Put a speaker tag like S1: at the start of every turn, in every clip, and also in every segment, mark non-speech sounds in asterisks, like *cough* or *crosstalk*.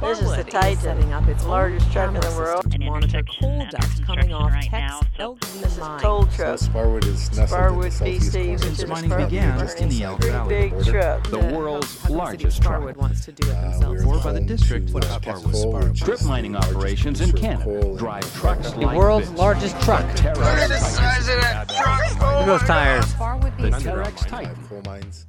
S1: This is the Titan,
S2: its
S1: largest truck in the
S2: camera
S1: world.
S2: system
S3: An
S2: To monitor
S3: intersection
S2: coal
S3: under
S2: dust coming
S3: construction
S2: off
S3: right now,
S2: Tex
S3: so-
S2: Elgin
S1: This is
S2: Mine.
S1: toll
S4: So
S1: truck.
S4: Sparwood is nestled in
S1: Sparwood,
S4: the
S1: BC,
S4: southeast corner
S1: which
S4: of
S1: is
S4: the
S5: mining
S4: Sparwood
S5: began
S4: River
S5: just in
S4: and
S5: the El
S4: Sparwood
S5: Valley
S1: Big
S4: border.
S1: truck.
S6: The
S1: that-
S6: world's
S2: Hudson City
S6: largest
S2: Starwood
S6: truck.
S2: wants to do
S1: Ah,
S2: it
S4: Uh,
S2: themselves.
S4: we're
S6: Or by the
S4: home to
S6: district for
S4: West
S6: Sparwood.
S4: Coal, which is
S6: Strip mining
S4: the largest
S6: operations in
S4: producer of
S6: Canada
S4: coal
S6: drive
S4: in
S6: trucks
S4: America.
S6: like
S5: world's
S6: this.
S5: largest truck.
S6: Terex
S5: Look at those tires.
S6: The Terex Titan.
S4: Five coal mines.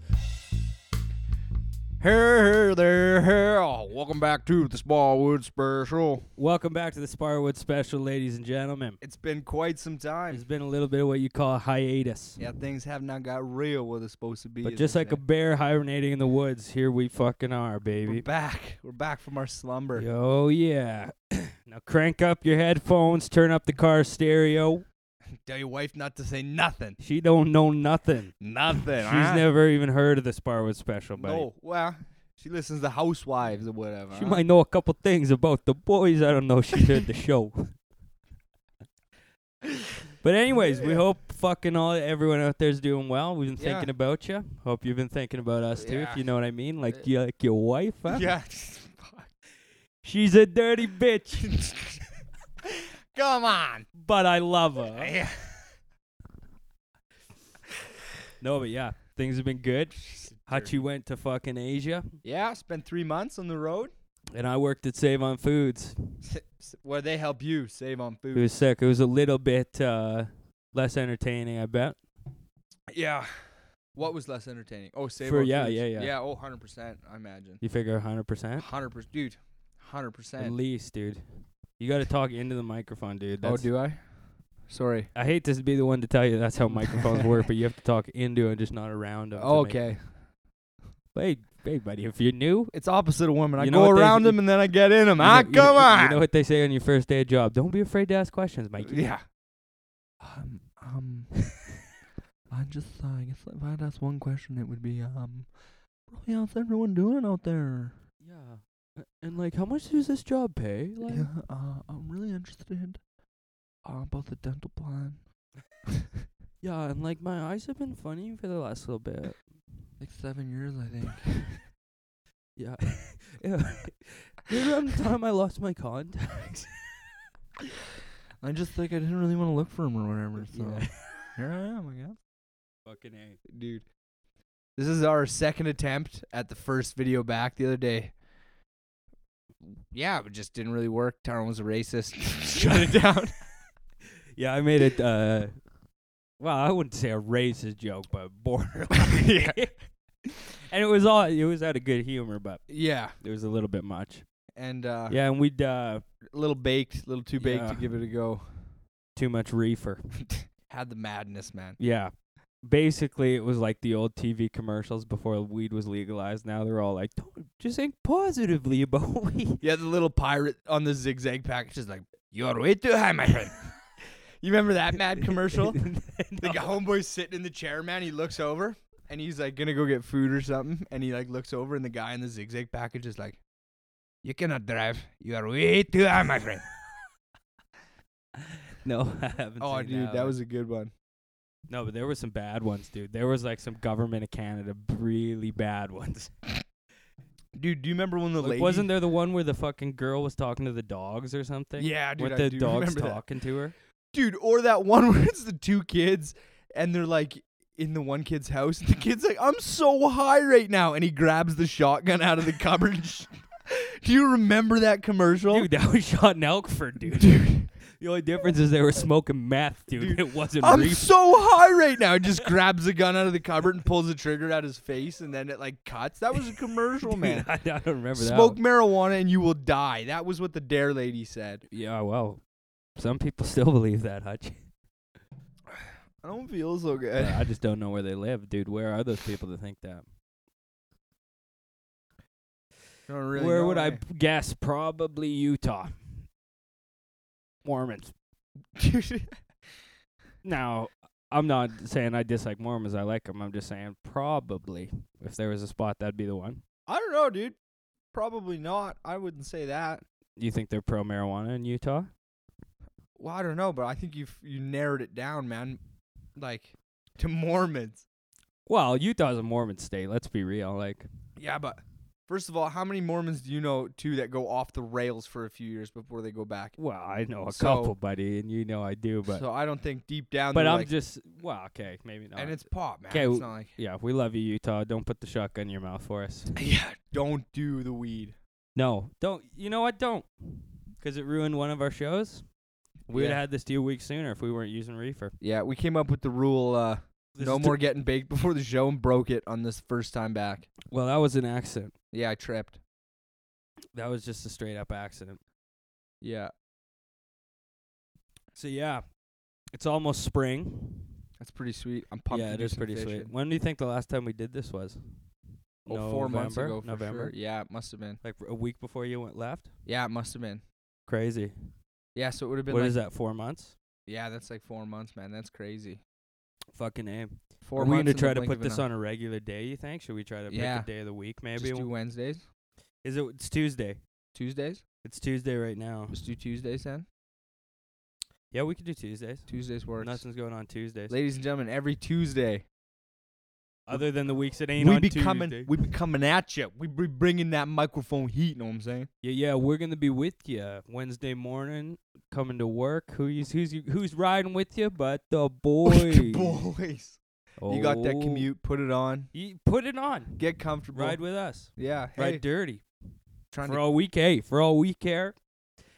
S7: Hey there, hey. Welcome back to the Smallwood Special.
S8: Welcome back to the Sparwood Special, ladies and gentlemen.
S9: It's been quite some
S8: There's
S9: time.
S8: been a little bit of what you call a hiatus.
S9: Yeah, things have not got real where they're supposed to be.
S8: But
S9: as
S8: just
S9: they
S8: like
S9: say.
S8: a bear hibernating in the woods, here we fucking are,
S9: we're
S8: baby.
S9: back. We're back from our slumber.
S8: Oh, yeah. *clears throat* now crank up your headphones, turn up the car stereo.
S9: Tell your wife not to say nothing.
S8: She don't know nothing.
S9: Nothing.
S8: She's
S9: huh?
S8: never even heard of the Sparwood Special, buddy.
S9: No. Well, she listens to Housewives or whatever.
S8: She
S9: huh? *laughs*
S8: might know a couple things about the boys. I don't know. if She heard the show. *laughs* but anyways, we hope fucking all everyone out there's doing well. We've been
S9: Yeah.
S8: thinking about you. Hope you've been thinking about us too,
S9: Yeah.
S8: if you know what I mean. Like you, like your wife. Huh?
S9: Yeah. *laughs*
S8: She's a dirty bitch,
S9: Come on.
S8: but I love her.
S9: *laughs* Yeah.
S8: No, but yeah, things have been good. Hachi went to fucking Asia,
S9: Yeah. Spent three months on the road.
S8: and I worked at Save on Foods.
S9: Where they help you save on
S8: It
S9: food.
S8: was sick. It was a little bit uh, less entertaining, I bet.
S9: Yeah. What was less entertaining? Oh, save
S8: For-
S9: our
S8: yeah,
S9: foods.
S8: yeah, yeah.
S9: Yeah, oh, 100%, I imagine.
S8: You figure 100%.
S9: 100%, dude. 100%.
S8: At least, dude. You got to talk into the microphone, dude. That's,
S9: Oh, I? Sorry.
S8: I hate to be the one to tell you
S9: *laughs*
S8: that's how microphones work, but you have to talk into and just not around them. to make-
S9: okay.
S8: But hey, hey, buddy, if you're new,
S9: It's opposite of women. I
S8: You know
S9: go
S8: what they-
S9: around them and then I get in them.
S8: you
S9: Ah,
S8: know-
S9: come
S8: you know-
S9: on.
S8: You know what they say on your first day of job? Don't be afraid to ask questions, Mikey.
S9: yeah. Um, um, *laughs* I just, I guess if I had asked one question, it would be, um, really, how's everyone doing out there?
S8: Yeah. A- And like, how much does this job pay? Like,
S9: Yeah, uh, I'm really interested uh, about the dental plan. *laughs*
S8: yeah, and like my eyes have been funny for the last
S9: *laughs*
S8: little bit.
S9: Like seven years, I think.
S8: Yeah. *laughs* yeah. Around the time I lost my contact.
S9: *laughs* I just think I didn't really want to look for him or whatever. So
S8: Yeah.
S9: here I am, I guess.
S8: Fucking A.
S9: Dude, this is our second attempt at the first video back the other day. Yeah, it just didn't really work. Taron was a
S8: *laughs*
S9: racist. Shut it down.
S8: Yeah, I made it. Uh, well, I wouldn't say a racist joke, but borderline.
S9: *laughs* Yeah.
S8: *laughs* and it was all. It was out of good humor, but
S9: Yeah,
S8: it was a little bit much.
S9: and uh,
S8: Yeah, and we'd uh,
S9: a little baked, a little too baked to
S8: Yeah.
S9: give it a go.
S8: too much reefer.
S9: Had the madness, man.
S8: Yeah. Basically, it was like the old TV commercials before weed was legalized. Now they're all like, "Don't just think positively about *laughs* weed."
S9: Yeah, the little pirate on the zigzag package is like, "You're way too high, my
S8: *laughs*
S9: friend." you remember that mad commercial? The
S8: No.
S9: g- homeboy's sitting in the chair, man. He looks over and he's like gonna go get food or something. And he like looks over and the guy in the zigzag package is like, "You cannot drive. You are way too high, my *laughs* friend."
S8: *laughs* No, I haven't.
S9: oh,
S8: seen
S9: dude, that
S8: one.
S9: was a good one.
S8: No, but there were some bad ones, dude. There was like some government of Canada, really bad ones.
S9: Dude, do you remember when the
S8: Like,
S9: lady
S8: wasn't there the one where the fucking girl was talking to the dogs or
S9: *laughs*
S8: something?
S9: Yeah, dude,
S8: with
S9: I
S8: the
S9: do
S8: dogs
S9: remember that.
S8: talking to her.
S9: dude, or that *laughs* one where it's the two kids and they're like in the one kid's house. The kid's like, I'm so high right now. And he grabs the shotgun out of the *laughs* cupboard. Do you remember that commercial?
S8: Dude, *laughs* that was shot in
S9: *laughs*
S8: Elkford, dude. The only difference is they were smoking meth, dude.
S9: Dude,
S8: it wasn't
S9: I'm
S8: reef.
S9: so high right now. He just grabs a gun out of the cupboard and pulls the trigger out his face, and then it like cuts. That was a commercial,
S8: *laughs* *laughs* Dude,
S9: man.
S8: I, I don't remember that.
S9: Smoke
S8: one.
S9: marijuana and you will die. That was what the dare lady said.
S8: Yeah, well, some people *laughs* still believe
S9: *laughs*
S8: that, Hutch.
S9: I don't feel so good.
S8: But I just don't know where they live, dude. Where are those people that think that?
S9: *laughs* I don't really
S8: where
S9: know,
S8: would I *laughs*
S9: eh?
S8: b- guess? Probably Utah. Mormons.
S9: Dude,
S8: Now, I'm not saying I dislike Mormons. I like them. I'm just saying probably if there was a spot, that'd be the one.
S9: *laughs* I don't know, dude. Probably not. I wouldn't say that.
S8: You think they're pro marijuana in Utah?
S9: Well, I don't know, but I think you you narrowed it down, man. Like to Mormons.
S8: Well, Utah's a Mormon state. Let's be real. Like,
S9: Yeah, but First of all, how many Mormons do you know too that go off the rails for a few years before they go back?
S8: Well, I know a
S9: So-
S8: couple, buddy, and you know I do, but
S9: so I don't think deep down.
S8: but
S9: they're
S8: I'm
S9: like-
S8: just well, okay, maybe not.
S9: and it's pop, man.
S8: 'Kay,
S9: It's
S8: w- *laughs*
S9: not like
S8: yeah, we love you, Utah. Don't put the shotgun in your mouth for us.
S9: yeah, don't do the weed.
S8: No, don't. You know what? Don't, because it ruined one of our shows. We would
S9: Yeah.
S8: have had this deal weeks sooner if we weren't using reefer.
S9: Yeah, we came up with the rule uh,
S8: This
S9: no
S8: is
S9: more
S8: the-
S9: getting baked before the show and broke it on this first time back.
S8: well, that was an accident.
S9: Yeah, I tripped.
S8: That was just a straight up accident.
S9: Yeah,
S8: So yeah, it's almost spring.
S9: that's pretty sweet. I'm pumped.
S8: yeah,
S9: to
S8: it
S9: do
S8: is
S9: some
S8: pretty
S9: fishing.
S8: sweet. When do you think the last time we did this was?
S9: Oh, four months
S8: November?
S9: ago, for
S8: November,
S9: sure. Yeah, it must have been.
S8: like a week before you went left.
S9: Yeah, it must have been.
S8: Crazy.
S9: Yeah, so it would have
S8: What is
S9: been. like,
S8: that? Four months.
S9: Yeah, that's like four months, man. That's crazy.
S8: Fucking aim.
S9: Four.
S8: Are we
S9: months
S8: gonna
S9: in the
S8: try to
S9: blink
S8: put
S9: of an
S8: this
S9: eye.
S8: on a regular day? You think? Should we try to
S9: Yeah.
S8: pick a day of the week? Maybe.
S9: Just do Wednesdays,
S8: Is it? It's Tuesday.
S9: Tuesdays.
S8: It's Tuesday right now.
S9: Just do Tuesdays then.
S8: Yeah, we could do Tuesdays.
S9: Tuesdays works.
S8: Nothing's going on Tuesdays.
S9: Ladies and gentlemen, every Tuesday
S8: Other than the weeks that ain't
S9: we
S8: on
S9: be coming,
S8: Tuesday.
S9: we be coming at you. We be bringing that microphone heat. Know what I'm saying?
S8: yeah, yeah, we're gonna be with you Wednesday morning, coming to work. Who you, who's you, who's riding *laughs* with you? But the boys.
S9: The *laughs* boys. You got that
S8: Oh.
S9: commute. Put it on.
S8: You put it on.
S9: Get comfortable.
S8: Ride with us.
S9: yeah. Hey,
S8: Ride dirty
S9: trying
S8: for
S9: to.
S8: all we care. For all we care.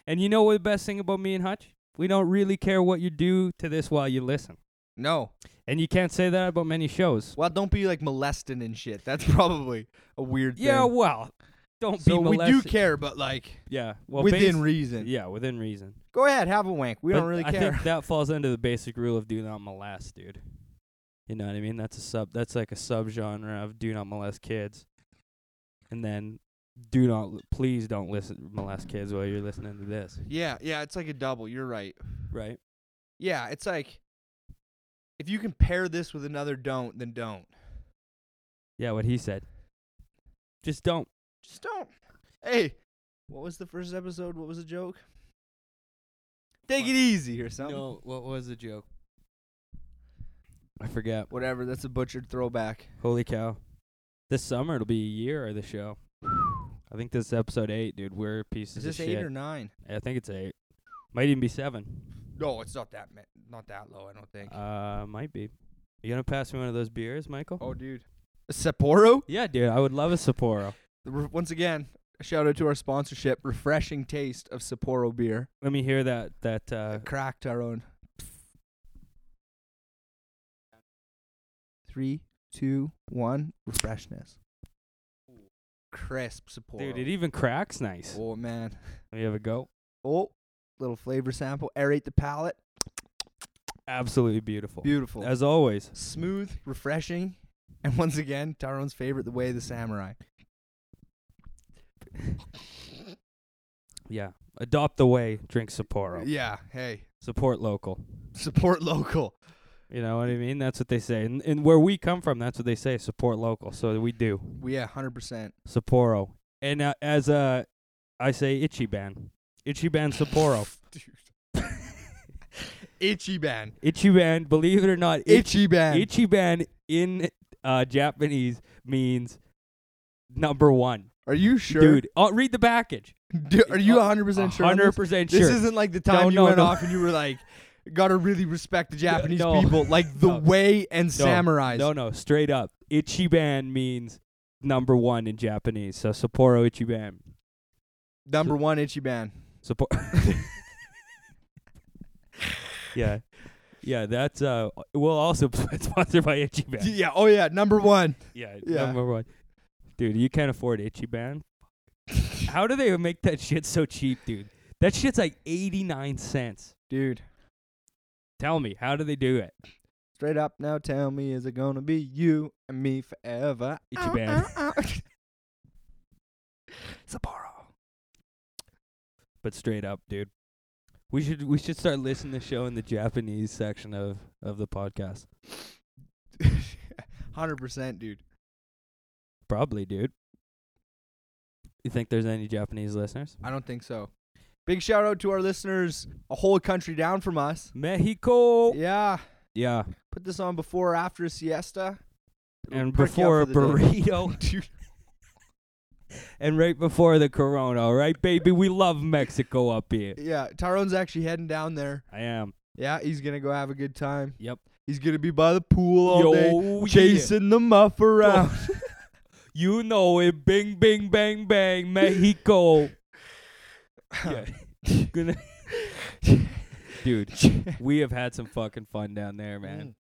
S8: And you know what the best thing about me and Hutch? We don't really care what you do to this while you listen.
S9: No.
S8: And you can't say that about many shows.
S9: Well, don't be like molesting and shit. That's *laughs* probably a weird thing.
S8: Yeah, well, don't
S9: So
S8: be
S9: we
S8: molested.
S9: do care, but like
S8: Yeah, well,
S9: within
S8: bas-
S9: reason.
S8: Yeah, within reason.
S9: Go ahead, have a wank. We
S8: But
S9: don't really
S8: I
S9: care.
S8: think that falls under the basic rule of do not molest, dude. You know what I mean? That's a sub. That's like a subgenre of do not molest kids. And then, do not l- please don't listen molest kids while you're listening to this,
S9: yeah, yeah. It's like a double. You're right.
S8: right?
S9: Yeah, it's like if you compare this with another don't, then don't.
S8: Yeah, what he said. Just don't.
S9: Just don't. Hey, what was the first episode? What was the joke? Take it easy or something.
S8: what was the joke? I forget.
S9: Whatever. That's a butchered throwback.
S8: Holy cow! This summer it'll be a year of the show. I think this is episode eight, dude. We're pieces
S9: Is this
S8: of
S9: eight
S8: shit.
S9: or nine?
S8: I think it's eight. Might even be seven.
S9: No, it's not that. ma- Not that low. I don't think.
S8: Uh, might be. You gonna pass me one of those beers, Michael?
S9: oh, dude. Sapporo.
S8: Yeah, dude. I would love a Sapporo.
S9: Re- Once again, a shout out to our sponsorship, refreshing taste of Sapporo beer.
S8: Let me hear that. That. Uh,
S9: Cracked our own. Three, two, one. Refreshness. Crisp Sapporo.
S8: dude, it even cracks nice.
S9: oh man.
S8: Let me have a go.
S9: Oh, little flavor sample. Aerate the palate.
S8: Absolutely beautiful.
S9: Beautiful.
S8: As always.
S9: Smooth, refreshing, and once again, Tyrone's favorite, the way of the samurai.
S8: Yeah. Adopt the way. Drink Sapporo.
S9: Yeah. Hey,
S8: Support local.
S9: support local.
S8: You know what I mean? That's what they say. And, and where we come from, that's what they say. Support local. So we do.
S9: We yeah, hundred percent.
S8: Sapporo. And uh, as uh, I say, Ichiban.
S9: *laughs*
S8: Ichiban Sapporo.
S9: Ichiban.
S8: Ichiban. Believe it or not, Ichiban.
S9: Ichiban.
S8: Ichiban in uh, Japanese means number one.
S9: Are you sure?
S8: Dude, oh, read the package.
S9: Do- are you 100% sure? on
S8: 100%
S9: this?
S8: sure.
S9: This isn't like the time
S8: No,
S9: you
S8: no,
S9: went
S8: no.
S9: off and you were like, gotta really respect the Japanese
S8: no.
S9: people, like the
S8: No.
S9: way and
S8: No,
S9: samurais.
S8: No, no, straight up. Ichiban means number one in Japanese. So Sapporo Ichiban.
S9: Number one, Ichiban.
S8: Sapporo. *laughs* yeah. Yeah, that's uh we'll also *laughs* sponsored by Ichiban.
S9: Yeah, oh yeah, number one.
S8: Yeah,
S9: Yeah.
S8: number one. Dude, you can't afford Ichiban. How do they make that shit so cheap, dude? That shit's like 89 cents.
S9: Dude,
S8: Tell me, how do they do it?
S9: straight up now tell me, is it gonna be you and me forever?
S8: Ichiban.
S9: Ow, ow, ow. Sapporo.
S8: But straight up, dude. We should we should start listening to the show in the Japanese section of of the podcast. uh.
S9: *laughs* 100%, dude.
S8: Probably, dude. You think there's any Japanese listeners?
S9: I don't think so. Big shout out to our listeners, a whole country down from us.
S8: Mexico.
S9: Yeah.
S8: Yeah.
S9: Put this on before or after a siesta. It'll
S8: And
S9: perk you up
S8: before
S9: for
S8: a *laughs*
S9: the day.
S8: burrito.
S9: Dude,
S8: and right before the corona, all right, baby, we love Mexico up here.
S9: *laughs* Yeah, Tyrone's actually heading down there.
S8: I am.
S9: Yeah, he's gonna go have a good time.
S8: Yep.
S9: He's gonna be by the pool all day,
S8: Yo, yeah. Oh,
S9: chasing the muff around.
S8: *laughs* You know it. Bing, bing, bang, bang, Mexico.
S9: *laughs*
S8: Yeah. Gonna- *laughs* Dude, we have had some fucking fun down there, man.
S9: Mm.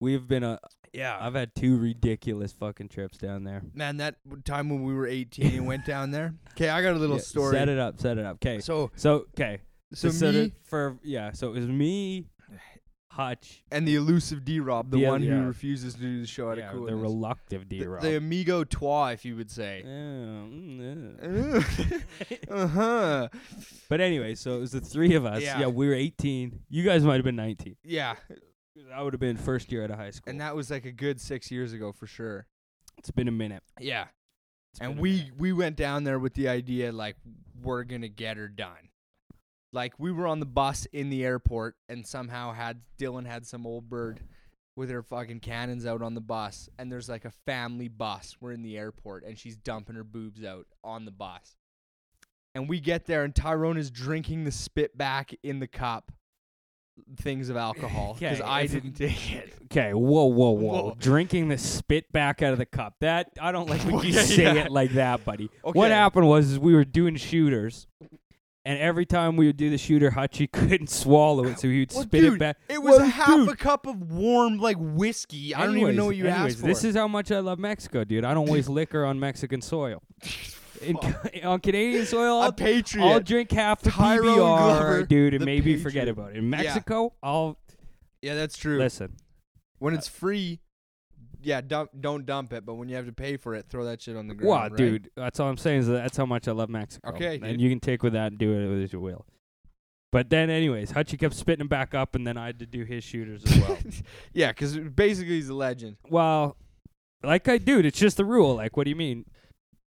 S8: We've been a yeah. I've had two ridiculous fucking trips down there.
S9: *laughs* Man, that time when we were 18 and went down
S8: *laughs*
S9: there. Okay, I got a little
S8: Yeah,
S9: story.
S8: Set it up. Set it up. Okay.
S9: So,
S8: So okay.
S9: so
S8: So
S9: me
S8: the- for yeah. So it was me, Hutch,
S9: and the elusive D Rob, the
S8: Yeah,
S9: one
S8: yeah.
S9: who refuses to do the show out
S8: yeah,
S9: of coolness.
S8: the reluctant D
S9: The-
S8: Rob.
S9: the amigo toi, if you would
S8: *laughs*
S9: say. *laughs* uh huh.
S8: mm, but anyway, so it was the three of us.
S9: Yeah.
S8: Yeah. we were 18. You guys might have been 19.
S9: Yeah,
S8: 'Cause I would have been first year out of high school.
S9: and that was like a good six years ago for sure.
S8: it's been a minute.
S9: Yeah,
S8: It's
S9: and
S8: been a
S9: we
S8: minute.
S9: we went down there with the idea like we're gonna get her done. Like we were on the bus in the airport, and somehow had Dylan had some old bird with her fucking cannons out on the bus, and there's like a family bus. We're in the airport, and she's dumping her boobs out on the bus. And we get there, and Tyrone is drinking the spit back in the cup things of
S8: *laughs*
S9: alcohol because
S8: Okay,
S9: I
S8: if-
S9: didn't take it.
S8: Okay, whoa, whoa, whoa,
S9: Whoa.
S8: Drinking the spit back out of the cup. That I don't
S9: *laughs*
S8: like when you
S9: Yeah,
S8: say
S9: yeah.
S8: it like that, buddy.
S9: Okay.
S8: What happened was is we were doing shooters, and every time we would do the shooter, Hutchie *laughs* couldn't swallow it, so he would
S9: Well,
S8: spit
S9: dude,
S8: it back.
S9: It was
S8: Well,
S9: a half
S8: dude,
S9: a cup of warm like whiskey. I don't even know
S8: anyways-
S9: what you
S8: anyways,
S9: asked for.
S8: This is how much I love Mexico, dude. I don't waste liquor on Mexican soil. *laughs* In,
S9: *laughs*
S8: on Canadian soil,
S9: a
S8: I'll,
S9: patriot.
S8: I'll drink half the
S9: Tyrone
S8: PBR,
S9: Glover,
S8: dude, and
S9: the
S8: maybe forget
S9: patriot.
S8: about it. In Mexico, I'll
S9: yeah, that's true.
S8: listen.
S9: when
S8: uh,
S9: it's free, yeah, dump, don't dump it. But when you have to pay for it, throw that shit on the ground.
S8: Wow,
S9: right? *laughs*
S8: dude, that's all I'm saying is that that's how much I love Mexico.
S9: Okay,
S8: and
S9: dude.
S8: you can take with that and do it as you will. But then, anyways, Hutchie kept spitting him back up, and then I had to do his shooters as
S9: *laughs*
S8: *laughs* well.
S9: yeah, because basically he's a legend.
S8: well, like I do, it's just the rule. Like, what do you mean?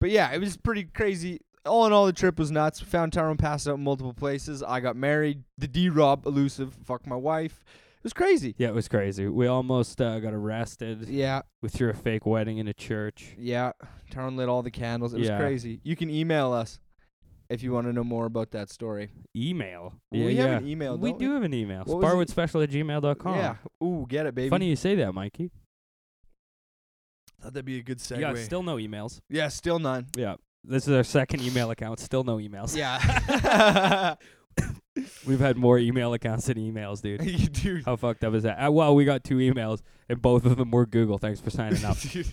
S9: But yeah, it was pretty crazy. All in all, the trip was nuts. We found Tyrone passed out in multiple places. I got married. The D Rob elusive. Fuck my wife. It was crazy.
S8: Yeah, it was crazy. We almost uh, got arrested.
S9: Yeah,
S8: We threw a fake wedding in a church.
S9: yeah. Tyrone lit all the candles. It was
S8: Yeah.
S9: crazy. You can email us if you want to know more about that story.
S8: Email.
S9: we
S8: yeah.
S9: have an email.
S8: we
S9: don't
S8: do have an email.
S9: What was it?
S8: Sparwoodspecial at gmail.com.
S9: Yeah. Ooh, get it, baby.
S8: Funny you say that, Mikey.
S9: Thought that'd be a good segue.
S8: Yeah, still no emails.
S9: yeah, still none.
S8: *laughs* Yeah. This is our second email account. Still no emails. *laughs*
S9: Yeah. *laughs*
S8: We've had more email accounts than
S9: *laughs*
S8: emails, dude.
S9: Dude.
S8: How fucked up is that? Uh, well, we got two emails, and both of them were Google. Thanks for signing
S9: *laughs*
S8: up.
S9: Dude.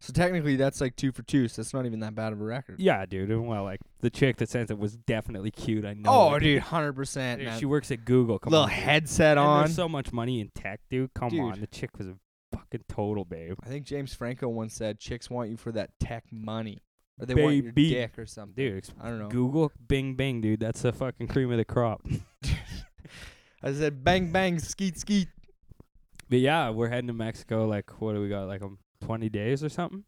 S9: So technically, that's like two for two. So that's not even that bad of a record.
S8: yeah, dude. and Well, like the chick that sent it was definitely cute. I know.
S9: oh,
S8: like,
S9: dude, hundred percent,
S8: dude,
S9: man.
S8: She works at Google. Come
S9: Little
S8: on. dude.
S9: headset
S8: And
S9: on.
S8: There's so much money in tech, dude. Come
S9: Dude.
S8: on. The chick was a fucking total babe.
S9: I think James Franco once said, "Chicks want you for that tech money, or they want your
S8: Baby.
S9: dick or something."
S8: Um, Dude, ex-
S9: I don't know.
S8: Google, Bing Bing, dude. That's the fucking cream of the crop. *laughs*
S9: I said, "Bang bang, skeet skeet."
S8: But yeah, we're heading to Mexico. Like, what do we got? Like, um, twenty days or something.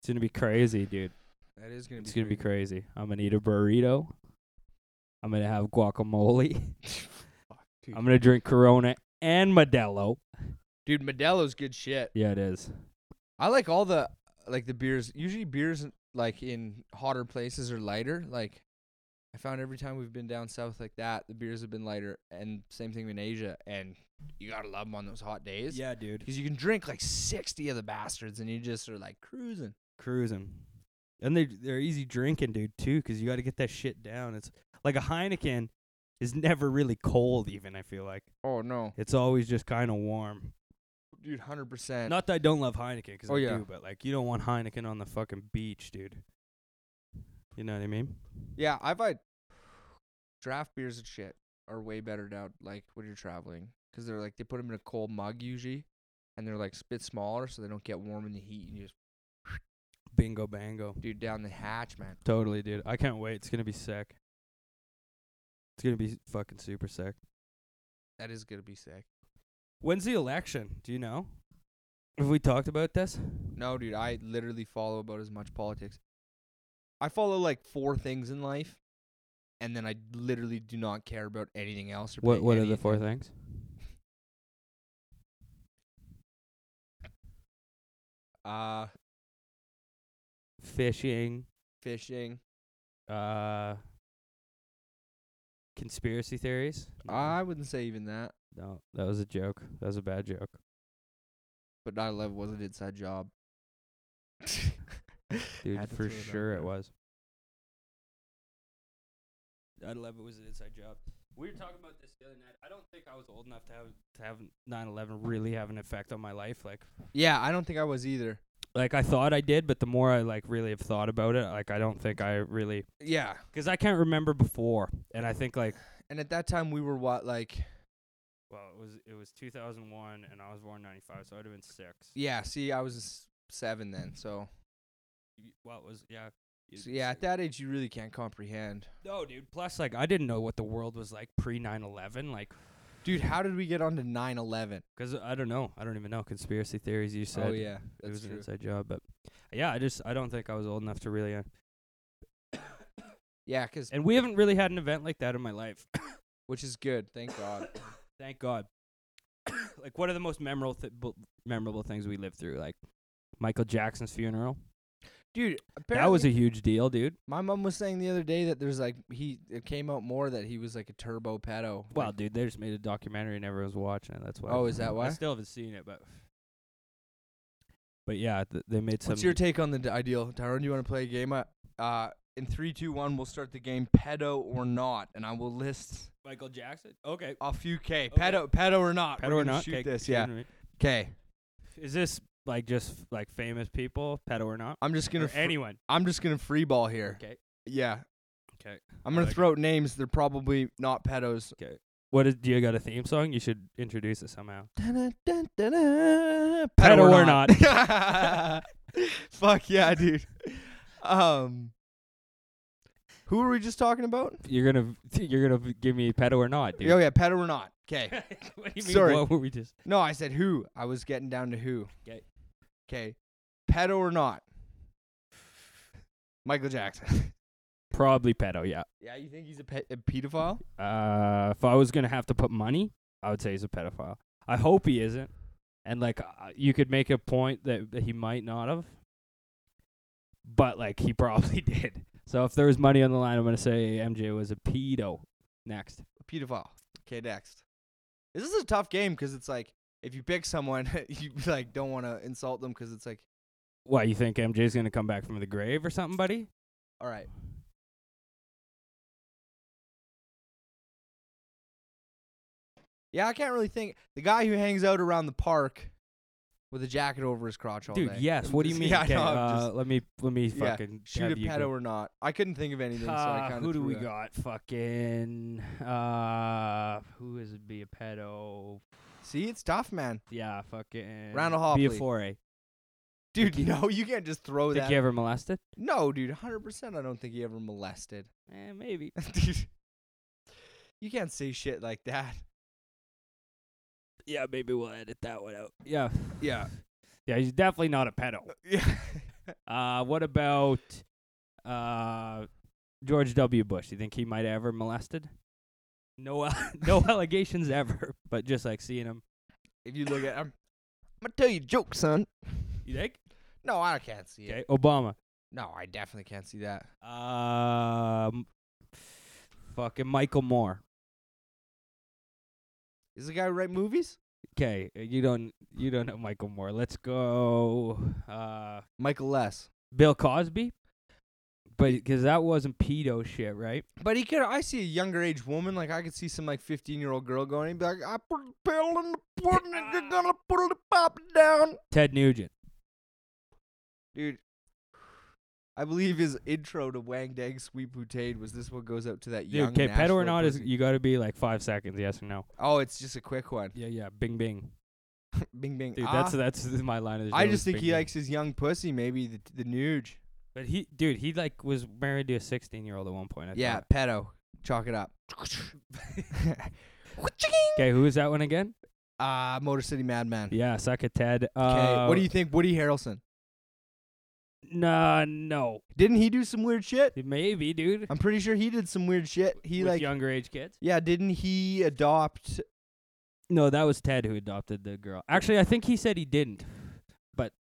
S8: It's gonna be crazy, dude.
S9: That is gonna be.
S8: It's gonna be crazy. I'm gonna eat a burrito. I'm gonna have guacamole. *laughs* I'm gonna drink Corona and Modelo.
S9: Dude, Modelo's good shit.
S8: Yeah, it is.
S9: I like all the like the beers. Usually beers like in hotter places are lighter. Like I found every time we've been down south like that, the beers have been lighter. And same thing in Asia. And you gotta love 'em on those hot days.
S8: Yeah, dude.
S9: Because you can drink like sixty of the bastards, and you just are like cruising.
S8: Cruising, and they they're easy drinking, dude, too, 'cause you got to get that shit down. It's like a Heineken is never really cold. Even I feel like
S9: Oh no,
S8: it's always just kind of warm.
S9: dude, hundred percent.
S8: Not that I don't love Heineken, 'cause
S9: Oh,
S8: I
S9: yeah.
S8: do, but like you don't want Heineken on the fucking beach, dude. You know what I mean?
S9: Yeah, I've had draft beers and shit are way better now. Like when you're traveling, because they're like they put them in a cold mug usually, and they're like bit smaller, so they don't get warm in the heat. And you just
S8: Bingo bango.
S9: dude down the hatch, man.
S8: Totally, dude. I can't wait. It's gonna be sick. It's gonna be fucking super sick.
S9: That is gonna be sick.
S8: When's the election? Do you know? Have we talked about this?
S9: No, dude, I literally follow about as much politics. I follow like four things in life, and then I literally do not care about anything else. Or
S8: What
S9: pay
S8: What are
S9: any
S8: the four
S9: atten-
S8: things?
S9: Uh,
S8: fishing,
S9: Fishing.
S8: uh, conspiracy theories.
S9: I wouldn't say even that,
S8: no, that was a joke. That was a bad joke.
S9: but 9/11 was an inside job. *laughs*
S8: Dude,
S9: Had to
S8: for
S9: throw it out
S8: sure it
S9: there.
S8: was. I'd love it was an inside job. We were talking about this the other night. I don't think I was old enough to have to have 9/11 really have an effect on my life. Like,
S9: Yeah, I don't think I was either.
S8: like I thought I did, but the more I like really have thought about it, like I don't think I really
S9: Yeah,
S8: because I can't remember before, and I think like
S9: and at that time we were what like
S8: well it was it was 2001 and I was born 95, so I'd have been six.
S9: yeah. See, I was seven then, so,
S8: Y- Well, it was yeah. you-
S9: so yeah.
S8: six.
S9: At that age, you really can't comprehend.
S8: no, dude. Plus, like I didn't know what the world was like pre 9/11. Like.
S9: Dude, how did we get onto 9/11?
S8: Because I don't know. I don't even know. Conspiracy theories, you said.
S9: oh yeah,
S8: It was
S9: that's
S8: an
S9: true.
S8: inside job. But yeah, I just, I don't think I was old enough to really. Uh,
S9: Yeah, 'cause
S8: and we haven't really had an event like that in my life.
S9: which is good. Thank
S8: *laughs*
S9: God.
S8: *coughs* Thank God. like, what are the most memorable, th- bu- memorable things we lived through? Like Michael Jackson's funeral.
S9: Dude, apparently
S8: That was a huge deal, dude.
S9: my mom was saying the other day that there's like he it came out more that he was like a turbo pedo.
S8: Well,
S9: Like,
S8: dude, they just made a documentary and everyone was watching it. That's why.
S9: oh, is that
S8: I
S9: why?
S8: still haven't seen it, but. But yeah, th- they made some.
S9: What's your take on the d- ideal, Tyrone? Do you want to play a game? Uh, uh, in three, two, one, we'll start the game. Pedo or not, and I will list
S8: Michael Jackson? Okay.
S9: a few K.
S8: Okay.
S9: Pedo, pedo or not?
S8: Pedo
S9: Oh, We're
S8: or
S9: gonna
S8: not?
S9: Shoot
S8: Okay,
S9: this, yeah.
S8: shooting me.
S9: Okay,
S8: Is this like just like famous people, pedo or not?
S9: I'm just gonna.
S8: Or
S9: Fr-
S8: anyone.
S9: I'm just gonna free ball here.
S8: Okay.
S9: Yeah,
S8: Okay.
S9: I'm gonna
S8: like it.
S9: throw out names. They're probably not pedos.
S8: What is, do you got a theme song? You should introduce it somehow.
S9: Pedo,
S8: Pedo or
S9: *laughs* Fuck yeah, dude. Um, who were we just talking about?
S8: You're gonna *laughs* you're gonna give me pedo or not, dude.
S9: Oh yeah, pedo or not? Okay.
S8: *laughs* what do you mean?
S9: Sorry.
S8: What were we just?
S9: No, I said who. I was getting down to who.
S8: 'Kay.
S9: Okay. Pedo or not? Michael Jackson.
S8: Probably pedo. Yeah.
S9: yeah, you think he's a, pe- a pedophile?
S8: Uh, if I was gonna have to put money, I would say he's a pedophile. I hope he isn't. And like, uh, you could make a point that, that he might not have, but like he *laughs* probably did. So if there was money on the line, I'm gonna say MJ was a pedo. Next.
S9: A pedophile. Okay, next. This is a tough game because it's like if you pick someone, *laughs* you like don't want to insult them because it's like,
S8: What you think MJ's gonna come back from the grave or something, buddy?
S9: all right, Yeah, I can't really think. The guy who hangs out around the park with a jacket over his crotch all
S8: Dude,
S9: day.
S8: yes.
S9: I'm
S8: What do you
S9: just-
S8: mean?
S9: *laughs* Yeah, I
S8: okay,
S9: know, I'm
S8: uh,
S9: just-
S8: let me let me
S9: Yeah,
S8: fucking
S9: shoot
S8: have
S9: a
S8: you
S9: pedo
S8: go.
S9: or not. I couldn't think of anything, so I
S8: Ah,
S9: kind of
S8: who do we got? Fucking uh, who is it? Be a pedo?
S9: See, it's tough, man.
S8: Yeah, fucking
S9: Randall
S8: Be a
S9: Hopley.
S8: foray.
S9: Dude, *laughs* no, you can't just throw
S8: Think
S9: that.
S8: you ever molested?
S9: no, dude, 100%. I don't think he ever molested.
S8: Eh, maybe.
S9: *laughs* dude, you can't say shit like that.
S8: Yeah, maybe we'll edit that one out. Yeah.
S9: Yeah.
S8: Yeah, he's definitely not a pedo.
S9: Yeah. *laughs*
S8: Uh, what about uh George W. Bush? You think he might ever molested? No, *laughs* no allegations ever, but just like seeing him.
S9: if you look at, I'm, I'm gonna tell you a joke, son.
S8: You think?
S9: No, I can't see it.
S8: Okay, Obama.
S9: No, I definitely can't see that.
S8: Um, fucking Michael Moore.
S9: Is the guy who write movies?
S8: Okay, you don't you don't know Michael Moore. Let's go. Uh,
S9: Michael Less.
S8: Bill Cosby. But because that wasn't pedo shit, right?
S9: But he could. I see a younger age woman. Like I could see some like fifteen year old girl going. And be like, I put the pill in the pudding. and *laughs* You're gonna put the pop down,
S8: Ted Nugent.
S9: dude. I believe his intro to Wang Dang Sweet Boutain was this one goes out to that
S8: Dude,
S9: young.
S8: okay, pedo or
S9: Nashville
S8: not is
S9: pussy.
S8: you got to be like five seconds, yes or no.
S9: Oh, it's just a quick one. *laughs*
S8: Yeah, yeah, Bing Bing.
S9: bing bing.
S8: Dude,
S9: ah,
S8: that's that's *laughs* my line of. The
S9: I
S8: show
S9: just
S8: is
S9: think
S8: Bing
S9: he
S8: Bing.
S9: likes his young pussy. Maybe the the nuge.
S8: But he, dude, he like was married to a sixteen-year-old at one point. I
S9: yeah, pedo. Chalk *laughs* it up.
S8: Okay, who is that one again?
S9: *laughs* uh, Motor City Madman.
S8: Yeah, suck it, Ted.
S9: Okay,
S8: Uh,
S9: what do you think, Woody Harrelson?
S8: Nah, no,
S9: Didn't he do some weird shit?
S8: maybe, dude.
S9: I'm pretty sure he did some weird shit. Um, He
S8: With
S9: like,
S8: younger age kids.
S9: yeah, didn't he adopt?
S8: No, that was Ted who adopted the girl. Actually, I think he said he didn't.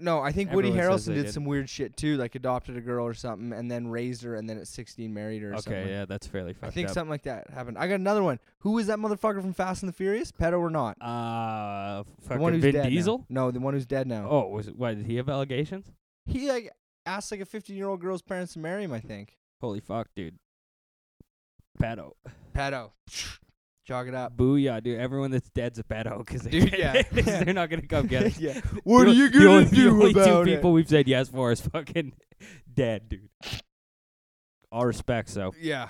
S9: No, I think Woody
S8: Everyone says
S9: Harrelson
S8: they
S9: did,
S8: did.
S9: some weird shit too, like adopted a girl or something, and then raised her, and then at 16 married her. Or something.
S8: Okay, yeah, that's fairly
S9: I
S8: fucked
S9: think
S8: up.
S9: something like that happened. I got another one. Who was that motherfucker from Fast and the Furious? Pedo or not? the
S8: uh,
S9: one
S8: fucking
S9: who's
S8: Vin
S9: dead now.
S8: Diesel.
S9: No, the one who's dead now.
S8: Oh, was it? Why did he have allegations?
S9: He like asked like a 15 year old girl's parents to marry him. I think.
S8: Holy fuck, dude. Pedo.
S9: Uh, Pedo. *sniffs* Jog it up.
S8: Booyah, dude. Everyone that's dead's a pedo because they, *laughs*
S9: Dude, yeah.
S8: they're not going
S9: *laughs*
S8: to come get us.
S9: yeah. What
S8: The
S9: are
S8: o-
S9: you
S8: the
S9: gonna
S8: only-
S9: do
S8: the only
S9: about
S8: two
S9: it?
S8: people we've said yes for is fucking *laughs* dead, dude. All respect, so.
S9: *laughs* Yeah.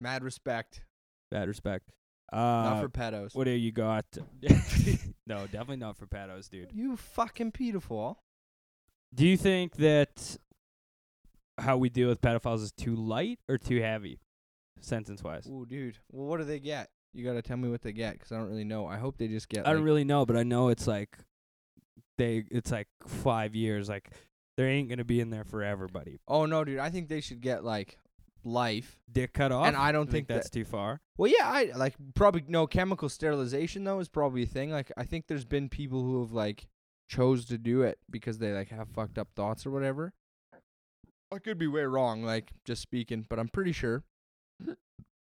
S9: Mad respect.
S8: Bad respect.
S9: Not
S8: Uh,
S9: for pedos.
S8: what do you got? *laughs* no, definitely not for pedos, dude.
S9: You fucking pedophile.
S8: Do you think that how we deal with pedophiles is too light or too heavy, sentence wise?
S9: Ooh, dude. Well, what do they get? You gotta tell me what they get, 'cause I don't really know. I hope they just get.
S8: I don't
S9: like-
S8: really know, but I know it's like they it's like five years. Like they ain't gonna be in there for everybody.
S9: Oh no, dude. I think they should get like life.
S8: Dick cut off.
S9: And I don't think,
S8: that's
S9: that.
S8: too far.
S9: Well, yeah. I like probably no chemical sterilization though is probably a thing. Like I think there's been people who have like chose to do it because they like have fucked up thoughts or whatever. I could be way wrong, like just speaking, but I'm pretty sure. *coughs*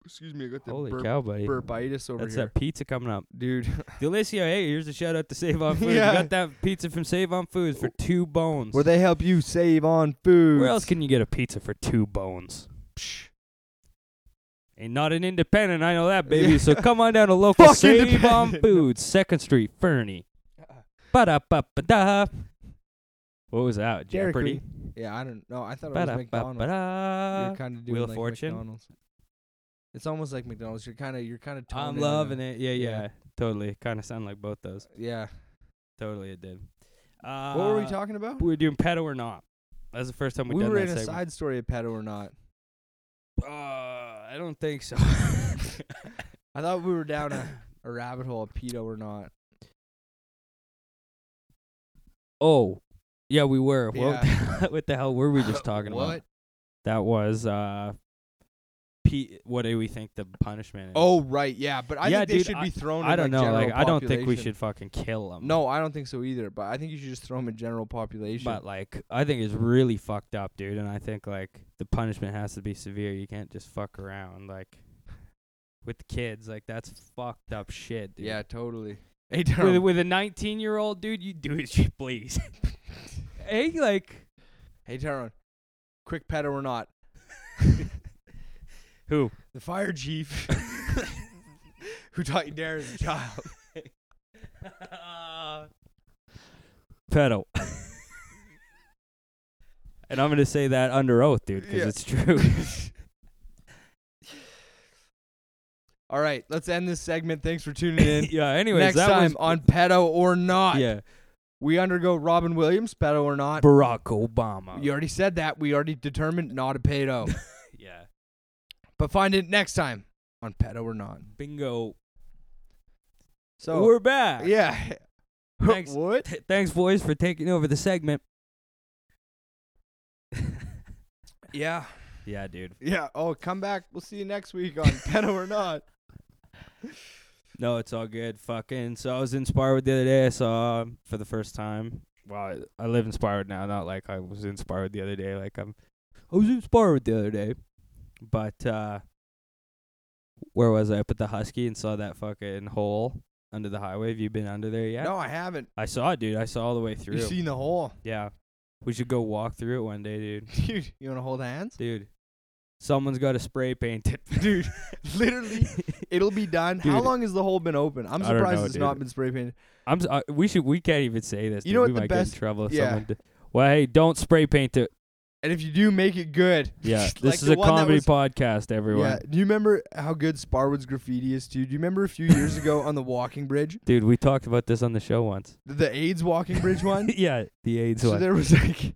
S9: Excuse me, I got the
S8: Holy
S9: burp,
S8: cow, buddy!
S9: burpitis over
S8: That's
S9: here,
S8: that pizza coming up,
S9: *laughs*
S8: *laughs*
S9: dude.
S8: Delicio. Hey, here's a shout out to
S9: *laughs*
S8: Save On Foods.
S9: Yeah.
S8: You got that pizza from Save On Foods for two bones.
S9: Where they help you save on food.
S8: Where else can you get a pizza for two bones? Ain't not an independent, I know
S9: *laughs*
S8: that, baby. So come on down to local
S9: Fuck
S8: Save On
S9: independent. Uh-uh.
S8: Foods, Second Street, Fernie. Ba da ba ba da. What was that?
S9: Dairy
S8: Jeopardy.
S9: Queen. Yeah, I don't know. I thought it was McDonald's. You're
S8: Ba-da-ba-ba-da.
S9: kind of doing
S8: Wheel of
S9: like
S8: Fortune?
S9: McDonald's. It's almost like McDonald's. You're kind of you're kind of.
S8: I'm loving it. Yeah, yeah.
S9: Yeah.
S8: Totally. Kind of sound like both those.
S9: Yeah.
S8: Totally, it did. Uh,
S9: what were we talking about?
S8: We were doing pedo or not. That's the first time we've
S9: We
S8: done
S9: were
S8: that
S9: in a
S8: segment.
S9: side story of pedo or not.
S8: Uh, I don't think so.
S9: I thought we were down
S8: *coughs*
S9: a, a rabbit hole of pedo or not.
S8: *laughs* oh, yeah, we were. What,
S9: Yeah.
S8: *laughs* what the hell were we just
S9: *laughs*
S8: talking
S9: what?
S8: about? That was uh, P- what do we think the punishment is?
S9: Oh right, yeah. But I
S8: Yeah,
S9: think they
S8: dude,
S9: should be thrown.
S8: I
S9: in,
S8: don't
S9: like,
S8: know. Like,
S9: general
S8: I don't think we
S9: population.
S8: should fucking kill them.
S9: No, I don't think so either. But I think you should just throw them in general population.
S8: But like, I think it's really fucked up, dude. And I think like the punishment has to be severe. You can't just fuck around like with the kids. Like that's fucked up shit, dude.
S9: yeah,
S8: *laughs*
S9: totally. Hey,
S8: With,
S9: Durham.
S8: with a 19 year old dude, you do as you please. *laughs* hey, like
S9: Hey, Tyrone. Quick pedo or not?
S8: *laughs* who?
S9: The fire
S8: *laughs*
S9: chief *laughs* who taught you dare as a child.
S8: Pedo. *laughs* and I'm gonna say that under oath, dude, because
S9: Yeah. *laughs*
S8: it's true.
S9: All right, let's end this segment. Thanks for tuning in.
S8: yeah. *laughs*
S9: Next
S8: Anyways, that
S9: time
S8: was
S9: on pedo or not,
S8: yeah
S9: we undergo Robin Williams pedo or not.
S8: Barack Obama.
S9: You already said that. We already determined not a pedo.
S8: *laughs* yeah.
S9: but find it next time on pedo or not.
S8: Bingo.
S9: So
S8: We're back.
S9: yeah.
S8: *laughs*
S9: *laughs*
S8: Thanks.
S9: what?
S8: Th- Thanks, boys, for taking over the segment. *laughs*
S9: Yeah.
S8: yeah, dude.
S9: Yeah. Oh, come back. We'll see you next week *laughs* on pedo or not.
S8: No, it's all good. Fucking. So I was in Sparwood the other day. I saw um, for the first time. Well, I, I live in Sparwood now. Not like I was in Sparwood the other day. Like I'm. I was in Sparwood the other day, but uh where was I? Up at the Husky and saw that fucking hole under the highway. Have you been under there yet?
S9: No, I haven't.
S8: I saw it, dude. I saw all the way through.
S9: You seen the hole,
S8: yeah. We should go walk through it one day, dude.
S9: dude? You want to hold hands?
S8: Dude, someone's got to spray paint it.
S9: *laughs* Dude, literally,
S8: *laughs*
S9: It'll be done. How
S8: Dude.
S9: long has the hole been open? I'm
S8: I don't
S9: surprised
S8: know,
S9: it's not
S8: dude.
S9: been spray painted.
S8: I'm. s- Uh, we should. We can't even say this.
S9: You
S8: dude.
S9: know what
S8: We
S9: the
S8: might get
S9: best-
S8: in trouble if
S9: yeah.
S8: someone. D- well, hey, don't spray
S9: *laughs*
S8: paint it.
S9: And if you do, make it good. *laughs*
S8: Yeah,
S9: Like
S8: this is
S9: the
S8: a
S9: one that
S8: comedy
S9: was-
S8: podcast, everyone.
S9: Yeah. Do you remember how good Sparwood's graffiti is, too? Do you remember a few years ago on the walking bridge,
S8: Dude, we talked about this on the show once.
S9: the AIDS walking
S8: *laughs*
S9: bridge one?
S8: yeah, the AIDS
S9: so
S8: one.
S9: there was like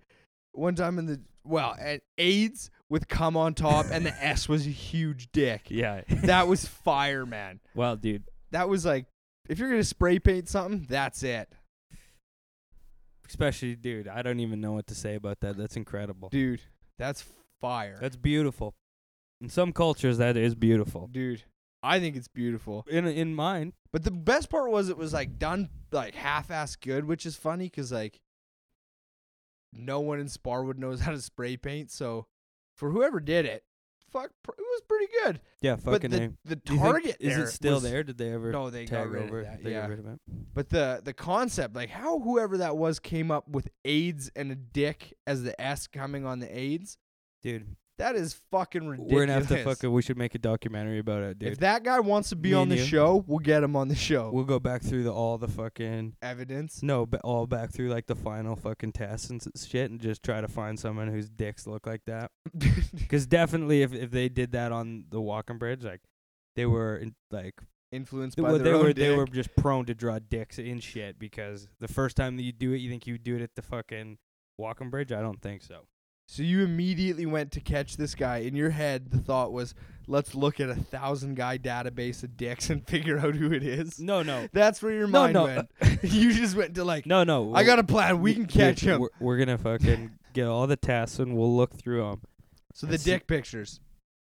S9: one time in the well, at AIDS with cum on top, and the S was a huge dick.
S8: yeah.
S9: *laughs* That
S8: *laughs*
S9: was fire, man.
S8: well, dude,
S9: That was like, if you're gonna spray paint something, that's it,
S8: especially dude. I don't even know what to say about that. That's incredible.
S9: dude. That's fire,
S8: That's beautiful. In some cultures, that is beautiful.
S9: dude. I think it's beautiful.
S8: In in mine,
S9: But the best part was it was like done like half-ass good, which is funny because like no one in Sparwood knows *laughs* how to spray paint. So for whoever did it, fuck, pr- it was pretty good.
S8: Yeah, fucking
S9: but the,
S8: name.
S9: the
S8: Do you think-
S9: target
S8: is
S9: there
S8: it still
S9: was-
S8: there? Did they ever
S9: No, they got
S8: tag
S9: rid
S8: over?
S9: of that.
S8: they got
S9: Yeah,
S8: rid of it.
S9: but the the concept, like how whoever that was came up with AIDS and a dick as the S coming on the AIDS,
S8: Dude,
S9: that is fucking ridiculous.
S8: we're gonna have to fucking. We should make a documentary about it, dude.
S9: If that guy wants to be
S8: Me
S9: on
S8: and
S9: the
S8: you.
S9: show, we'll get him on the show.
S8: we'll go back through the all the fucking *laughs*
S9: Evidence.
S8: no, but all back through like the final fucking tests and s- shit, and just try to find someone whose dicks look like that. Because definitely, if if they did that on the walking bridge, like they were in, like
S9: Influenced by
S8: well,
S9: their
S8: they
S9: own
S8: were
S9: dick.
S8: they were just prone to draw dicks in shit because the first time that you do it, you think you do it at the fucking walking bridge. I don't think so.
S9: So you immediately went to catch this guy. In your head, the thought was, let's look at a thousand guy database of dicks and *laughs* figure out who it is. *laughs*
S8: No, no,
S9: That's where your
S8: No,
S9: mind
S8: no. *laughs*
S9: went. you just went to like,
S8: no, no.
S9: I got a plan. We can catch him.
S8: We're, we're gonna fucking get all the tests and we'll look through them.
S9: so the
S8: I see.
S9: dick pictures.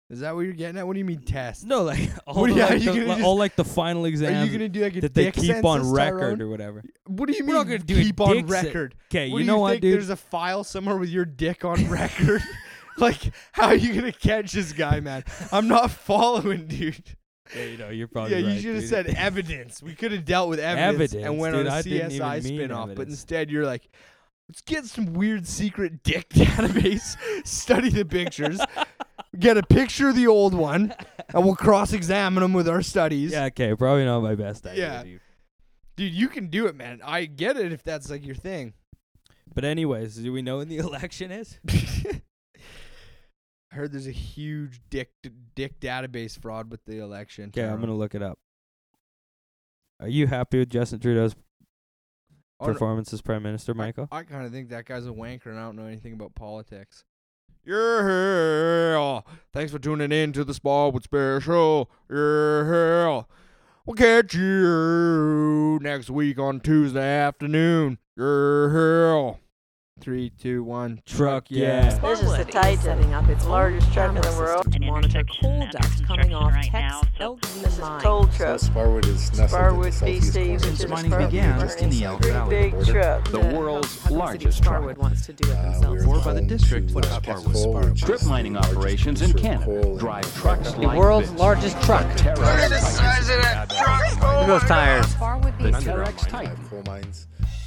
S9: Is that what you're getting at? What do you mean test?
S8: No, like *laughs* all,
S9: What
S8: the,
S9: are you- are
S8: like,
S9: you
S8: the,
S9: gonna
S8: like,
S9: just-
S8: all like the final
S9: Are you
S8: exams
S9: gonna do like a
S8: that they
S9: dick
S8: keep on
S9: census,
S8: record
S9: Tyrone?
S8: or whatever.
S9: What do you
S8: We're
S9: mean
S8: not gonna do a
S9: keep
S8: dick
S9: on
S8: cen-
S9: record?
S8: Okay,
S9: What
S8: you
S9: do
S8: know what,
S9: think?
S8: dude?
S9: There's a file somewhere with your dick on *laughs* record. like, how are you gonna catch this guy, man? I'm not *laughs* following, dude.
S8: yeah, you know, you're probably
S9: yeah,
S8: right,
S9: you should have
S8: dude.
S9: said evidence. We could have dealt with evidence, and
S8: Evidence,
S9: went
S8: dude,
S9: on a
S8: I didn't even
S9: CSI
S8: mean
S9: spin-off, but
S8: evidence.
S9: instead you're like, let's get some weird secret dick *laughs* database, study the pictures, get a picture of the old one, and we'll cross-examine them with our studies.
S8: *laughs* Yeah, okay, probably not my best idea.
S9: Yeah.
S8: dude.
S9: Dude, you can do it, man. I get it if that's like your thing.
S8: But anyways, do we know when the *laughs* election is?
S9: I *laughs* heard there's a huge dick dick database fraud with the election.
S8: Okay, I'm
S9: Tyrone.
S8: gonna look it up. Are you happy with Justin Trudeau's
S9: Oh, no,
S8: performance as Prime Minister, Michael?
S9: I kind of think that guy's a wanker, and I don't know anything about politics.
S7: Yeah. Thanks for tuning in to the Smallwood Special. Yeah. We'll catch you next week on Tuesday afternoon. Yeah.
S9: Three, two, one.
S8: Truck, yeah.
S1: This
S2: This is the Titan.
S1: setting up its
S2: Own
S1: largest truck in
S2: camera
S1: the world
S2: system
S1: to
S2: and
S1: monitor
S2: intersection
S1: coal
S2: and
S1: ducts coming
S2: construction
S1: off
S2: right now,
S1: Texas,
S2: so-
S1: Elgin,
S2: This
S1: and
S2: is
S1: Mine.
S2: toll
S1: So
S2: truck.
S1: it's
S4: Sparwood is nestled in the
S1: Sparwood
S4: southeast
S1: BC,
S4: corner
S1: which
S4: of
S1: is
S4: the
S3: mining
S1: Sparwood
S3: began
S1: Burning
S3: just in the
S1: Sea
S3: Elk
S1: Creek
S3: Valley.
S1: Big
S4: Border.
S1: truck.
S3: The world's
S1: Hudson City
S3: largest truck.
S1: Sparwood wants to do it
S4: Uh,
S1: themselves.
S3: Or by the
S4: home
S3: district,
S4: to
S3: what
S4: West
S3: Sparwood,
S4: Texas
S3: Sparwood.
S4: coal, which
S3: Strip
S4: is the
S3: mining
S4: largest
S3: operations in
S4: producer of
S3: Canada
S4: coal in
S3: drive
S4: North
S3: trucks
S4: America.
S3: like-
S2: The world's largest truck.
S3: Terror.
S2: Look at those tires.
S3: The Terex Titan.
S4: Coal mines.